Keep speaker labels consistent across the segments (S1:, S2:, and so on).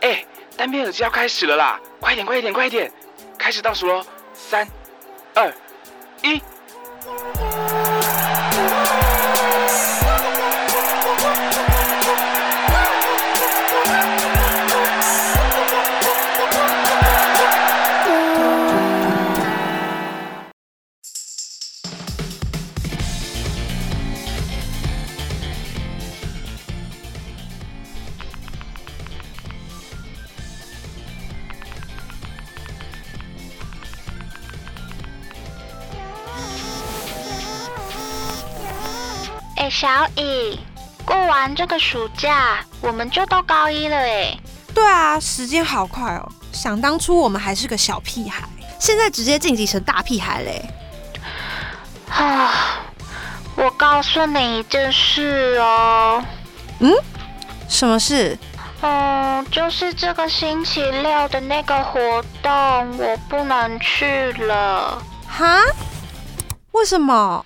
S1: 哎单片耳机要开始了啦！快点，快点，快点！开始倒数喽，三、二、一。
S2: 哎，小乙，过完这个暑假，我们就都高一了哎。
S3: 对啊，时间好快哦！想当初我们还是个小屁孩，现在直接晋级成大屁孩嘞。
S2: 啊，我告诉你一件事哦，
S3: 什么事？
S2: 嗯，就是这个星期六的那个活动，我不能去了。
S3: 哈？为什么？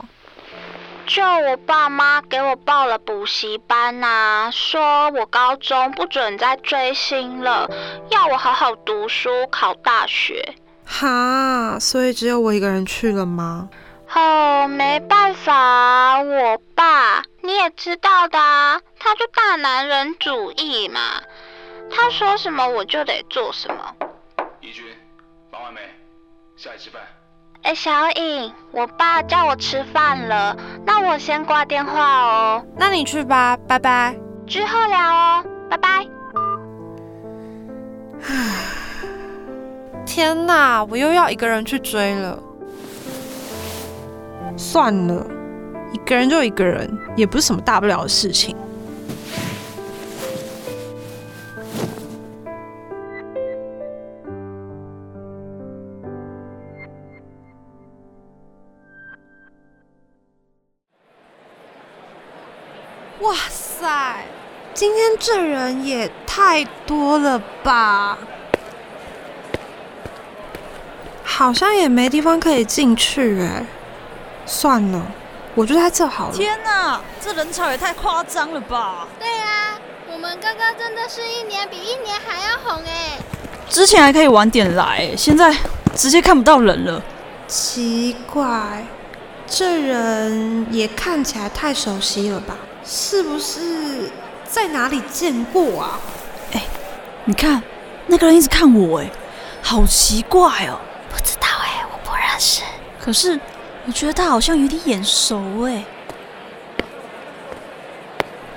S2: 就我爸妈给我报了补习班呐、说我高中不准再追星了，要我好好读书考大学。
S3: 哈？所以只有我一个人去了吗？
S2: 哦，没办法啊，我爸你也知道的啊，他就大男人主义嘛，他说什么我就得做什么。
S1: 怡君，忙完没？下来吃饭。
S2: 哎，小颖，我爸叫我吃饭了，那我先挂电话哦，
S3: 那你去吧，拜拜。
S2: 之后聊哦，拜拜。
S3: 天哪，我又要一个人去追了。算了，一个人就一个人，也不是什么大不了的事情。哇塞，今天这人也太多了吧！好像也没地方可以进去哎、算了，我就在这好了。
S4: 天哪，这人潮也太夸张了吧！
S5: 对啊，我们刚刚真的是一年比一年还要红哎！
S4: 之前还可以晚点来，现在直接看不到人了。
S3: 奇怪，这人也看起来太熟悉了吧？是不是在哪里见过啊？
S4: 你看，那个人一直看我，哎，好奇怪哦。
S5: 不知道哎，我不认识。
S4: 可是我觉得他好像有点眼熟，哎，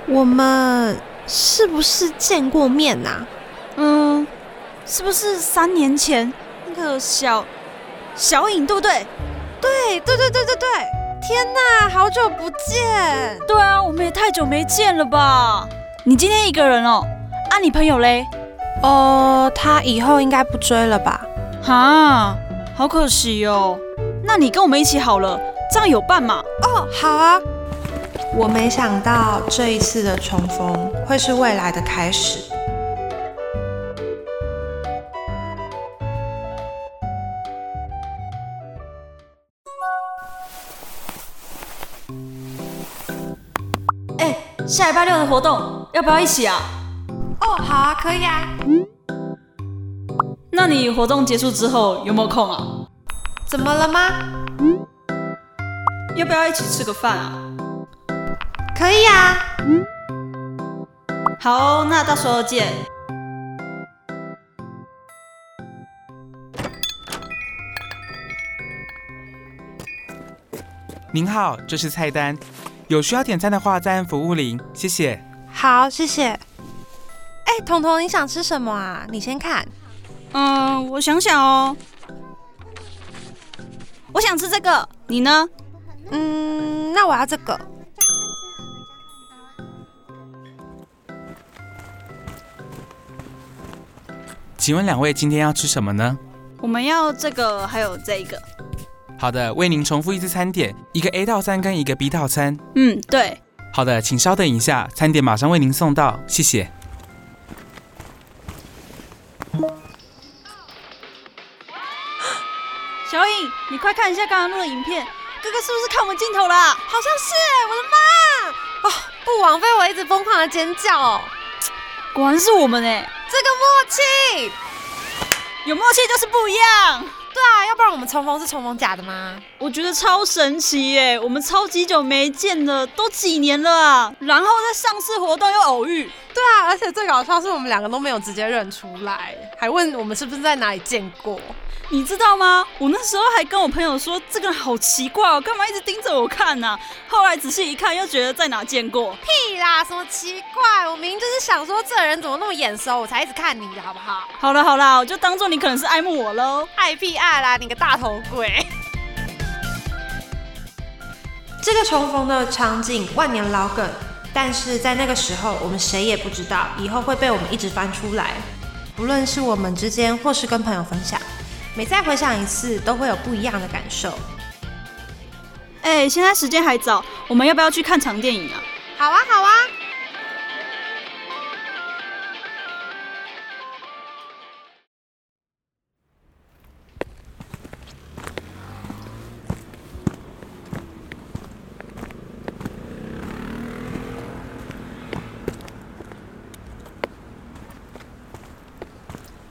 S3: 我们是不是见过面呐、啊？
S4: 嗯，是不是三年前那个小小颖，对不对？
S3: 对对对对对对！天哪，好久不见！
S4: 对啊，我们也太久没见了吧？你今天一个人哦？啊，你朋友嘞？
S3: 哦，他以后应该不追了吧？
S4: 哈，好可惜哦。那你跟我们一起好了，这样有伴嘛？
S3: 哦，好啊。我没想到这一次的重逢会是未来的开始。
S4: 哎、下礼拜六的活动要不要一起啊？
S3: 哦，好啊，可以啊。
S4: 那你活动结束之后有没有空啊？
S3: 怎么了吗？
S4: 要不要一起吃个饭啊？
S3: 可以啊。
S4: 好哦、那到时候见。
S6: 您好，这是菜单，有需要点餐的话再按服务铃，谢谢。
S3: 好，谢谢。哎，彤彤，你想吃什么啊？你先看。
S4: 嗯，我想想哦，我想吃这个，你呢？
S3: 嗯，那我要这个。
S6: 请问两位今天要吃什么呢？
S4: 我们要这个，还有这个。
S6: 好的，为您重复一次餐点，一个 A 套餐跟一个 B 套餐。
S4: 嗯，对，
S6: 好的，请稍等一下，餐点马上为您送到，谢谢。
S4: 小颖，你快看一下刚刚录的影片，哥哥是不是看我们镜头啊啦、
S3: 好像是哎，我的妈！哦，不枉费我一直疯狂的尖叫哦。
S4: 果然是我们哎、
S7: 这个默契，
S4: 有默契就是不一样。
S7: 对啊，要不然我们重逢是重逢假的吗？
S4: 我觉得超神奇耶！我们超级久没见了，都几年了啊！然后在上次活动又偶遇，
S7: 对啊，而且最搞笑是我们两个都没有直接认出来，还问我们是不是在哪里见过。
S4: 你知道吗？我那时候还跟我朋友说，这个人好奇怪哦，干嘛一直盯着我看呢、后来仔细一看，又觉得在哪见过。
S7: 屁啦，什么奇怪？我明明就是想说这人怎么那么眼熟，我才一直看你的好不好？
S4: 好了好了，我就当做你可能是爱慕我喽。
S7: 爱屁爱啦，你个大头鬼！
S3: 这个重逢的场景万年老梗，但是在那个时候，我们谁也不知道以后会被我们一直翻出来，不论是我们之间，或是跟朋友分享，每再回想一次，都会有不一样的感受。
S4: 哎、现在时间还早，我们要不要去看场电影啊？
S7: 好啊，好啊。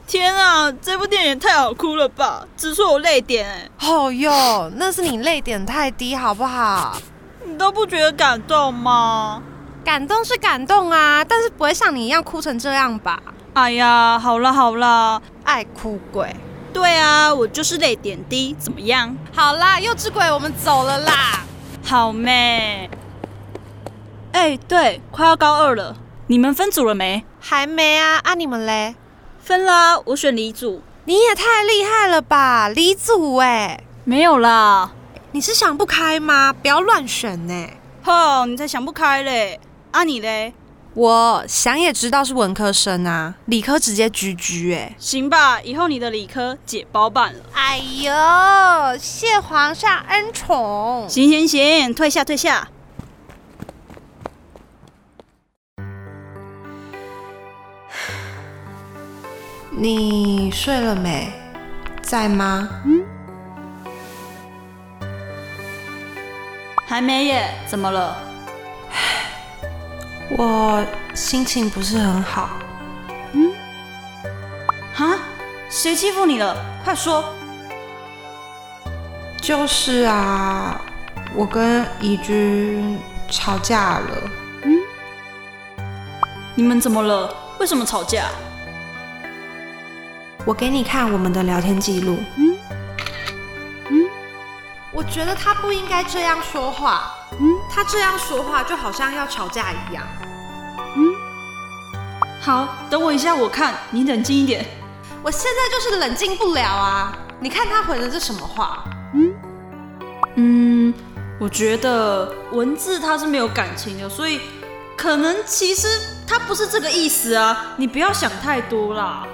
S4: 天啊，这部电影也太好哭了吧，直戳我泪点哎、
S7: 哦哟，那是你泪点太低好不好？
S4: 你都不觉得感动吗？
S7: 感动是感动啊，但是不会像你一样哭成这样吧？
S4: 哎呀，好啦好啦，
S7: 爱哭鬼。
S4: 对啊，我就是泪点低，怎么样？
S7: 好啦，幼稚鬼，我们走了啦。
S4: 好妹。哎、对，快要高二了，你们分组了没？
S7: 还没啊，啊你们嘞？
S4: 分啦，我选李组。
S7: 你也太厉害了吧，李祖哎，
S4: 没有啦，
S3: 你是想不开吗？不要乱选呢、
S4: 吼，你才想不开嘞。啊你嘞？
S3: 我想也知道是文科生啊，理科直接居居哎。
S4: 行吧，以后你的理科姐包办了。
S7: 哎呦，谢皇上恩宠。
S4: 行行行，退下退下。
S3: 你睡了没？在吗？
S4: 还没耶？怎么了？
S3: 我心情不是很好，
S4: 哈？谁欺负你了？快说！
S3: 就是啊，我跟怡君吵架了。
S4: 你们怎么了？为什么吵架？
S3: 我给你看我们的聊天记录。
S7: 我觉得他不应该这样说话。
S3: 他这样说话就好像要吵架一样。
S4: 好，等我一下，我看你冷静一点。
S3: 我现在就是冷静不了啊！你看他回的这什么话？
S4: 嗯，我觉得文字它是没有感情的，所以可能其实它不是这个意思啊，你不要想太多啦。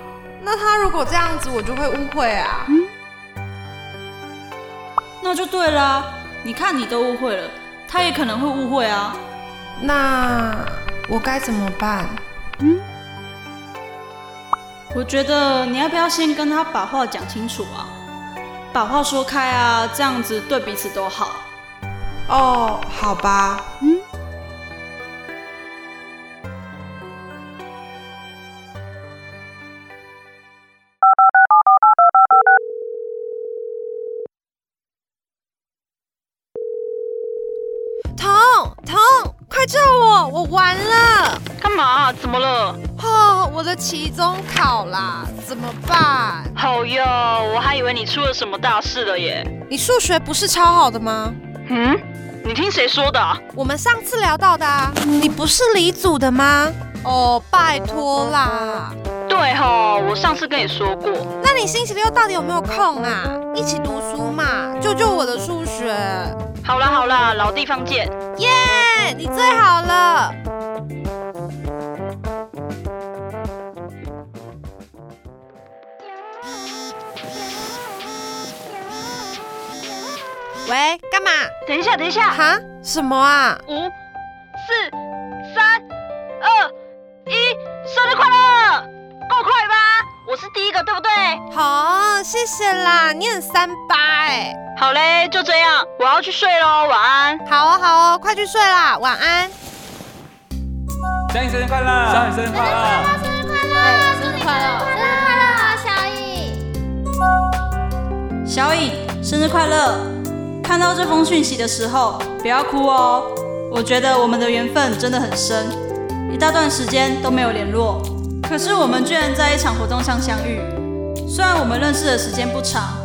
S7: 那他如果这样子，我就会误会啊。
S4: 那就对啦，你看你都误会了，他也可能会误会啊。
S3: 那我该怎么办？
S4: 我觉得你要不要先跟他把话讲清楚啊，把话说开啊，这样子对彼此都好。
S3: 哦，好吧。
S7: 嗯彤彤，快救我！我完了！
S2: 干嘛？啊怎么了？
S7: 哦，我的期中考啦，怎么办？
S2: 好哟，我还以为你出了什么大事了耶。
S7: 你数学不是超好的吗？
S2: 嗯，你听谁说的啊、
S7: 我们上次聊到的啊，你不是李组的吗？哦，拜托啦！
S2: 对吼，我上次跟你说过。
S7: 那你星期六到底有没有空啊？一起读书嘛，救救我的数学！
S2: 好啦好啦，老地方见。
S7: 耶、你最好了。喂，干嘛？
S2: 等一下等一下，
S7: 哈？什么啊？
S2: 五、四、三、二、一，生日快乐！够快吧？我是第一个，对不对？
S7: 好，谢谢啦，你很三八哎、
S2: 好嘞，就这样，我要去睡喽，晚安。
S7: 好哦，好哦，快去睡啦，晚安。
S6: 小雨生日快乐！小雨生日快乐！
S5: 啊哎生日快乐，祝你
S4: 小颖，生日快乐！看到这封讯息的时候，不要哭哦。我觉得我们的缘分真的很深，一大段时间都没有联络，可是我们居然在一场活动上相遇。虽然我们认识的时间不长，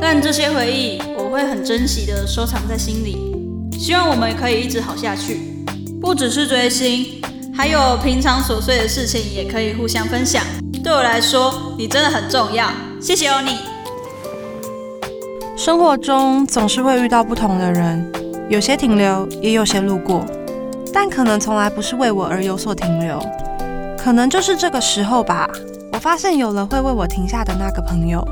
S4: 但这些回忆我会很珍惜的收藏在心里。希望我们可以一直好下去，不只是追星，还有平常琐碎的事情也可以互相分享。对我来说，你真的很重要，谢谢有你。
S3: 生活中总是会遇到不同的人，有些停留，也有些路过，但可能从来不是为我而有所停留。可能就是这个时候吧，我发现有了会为我停下的那个朋友。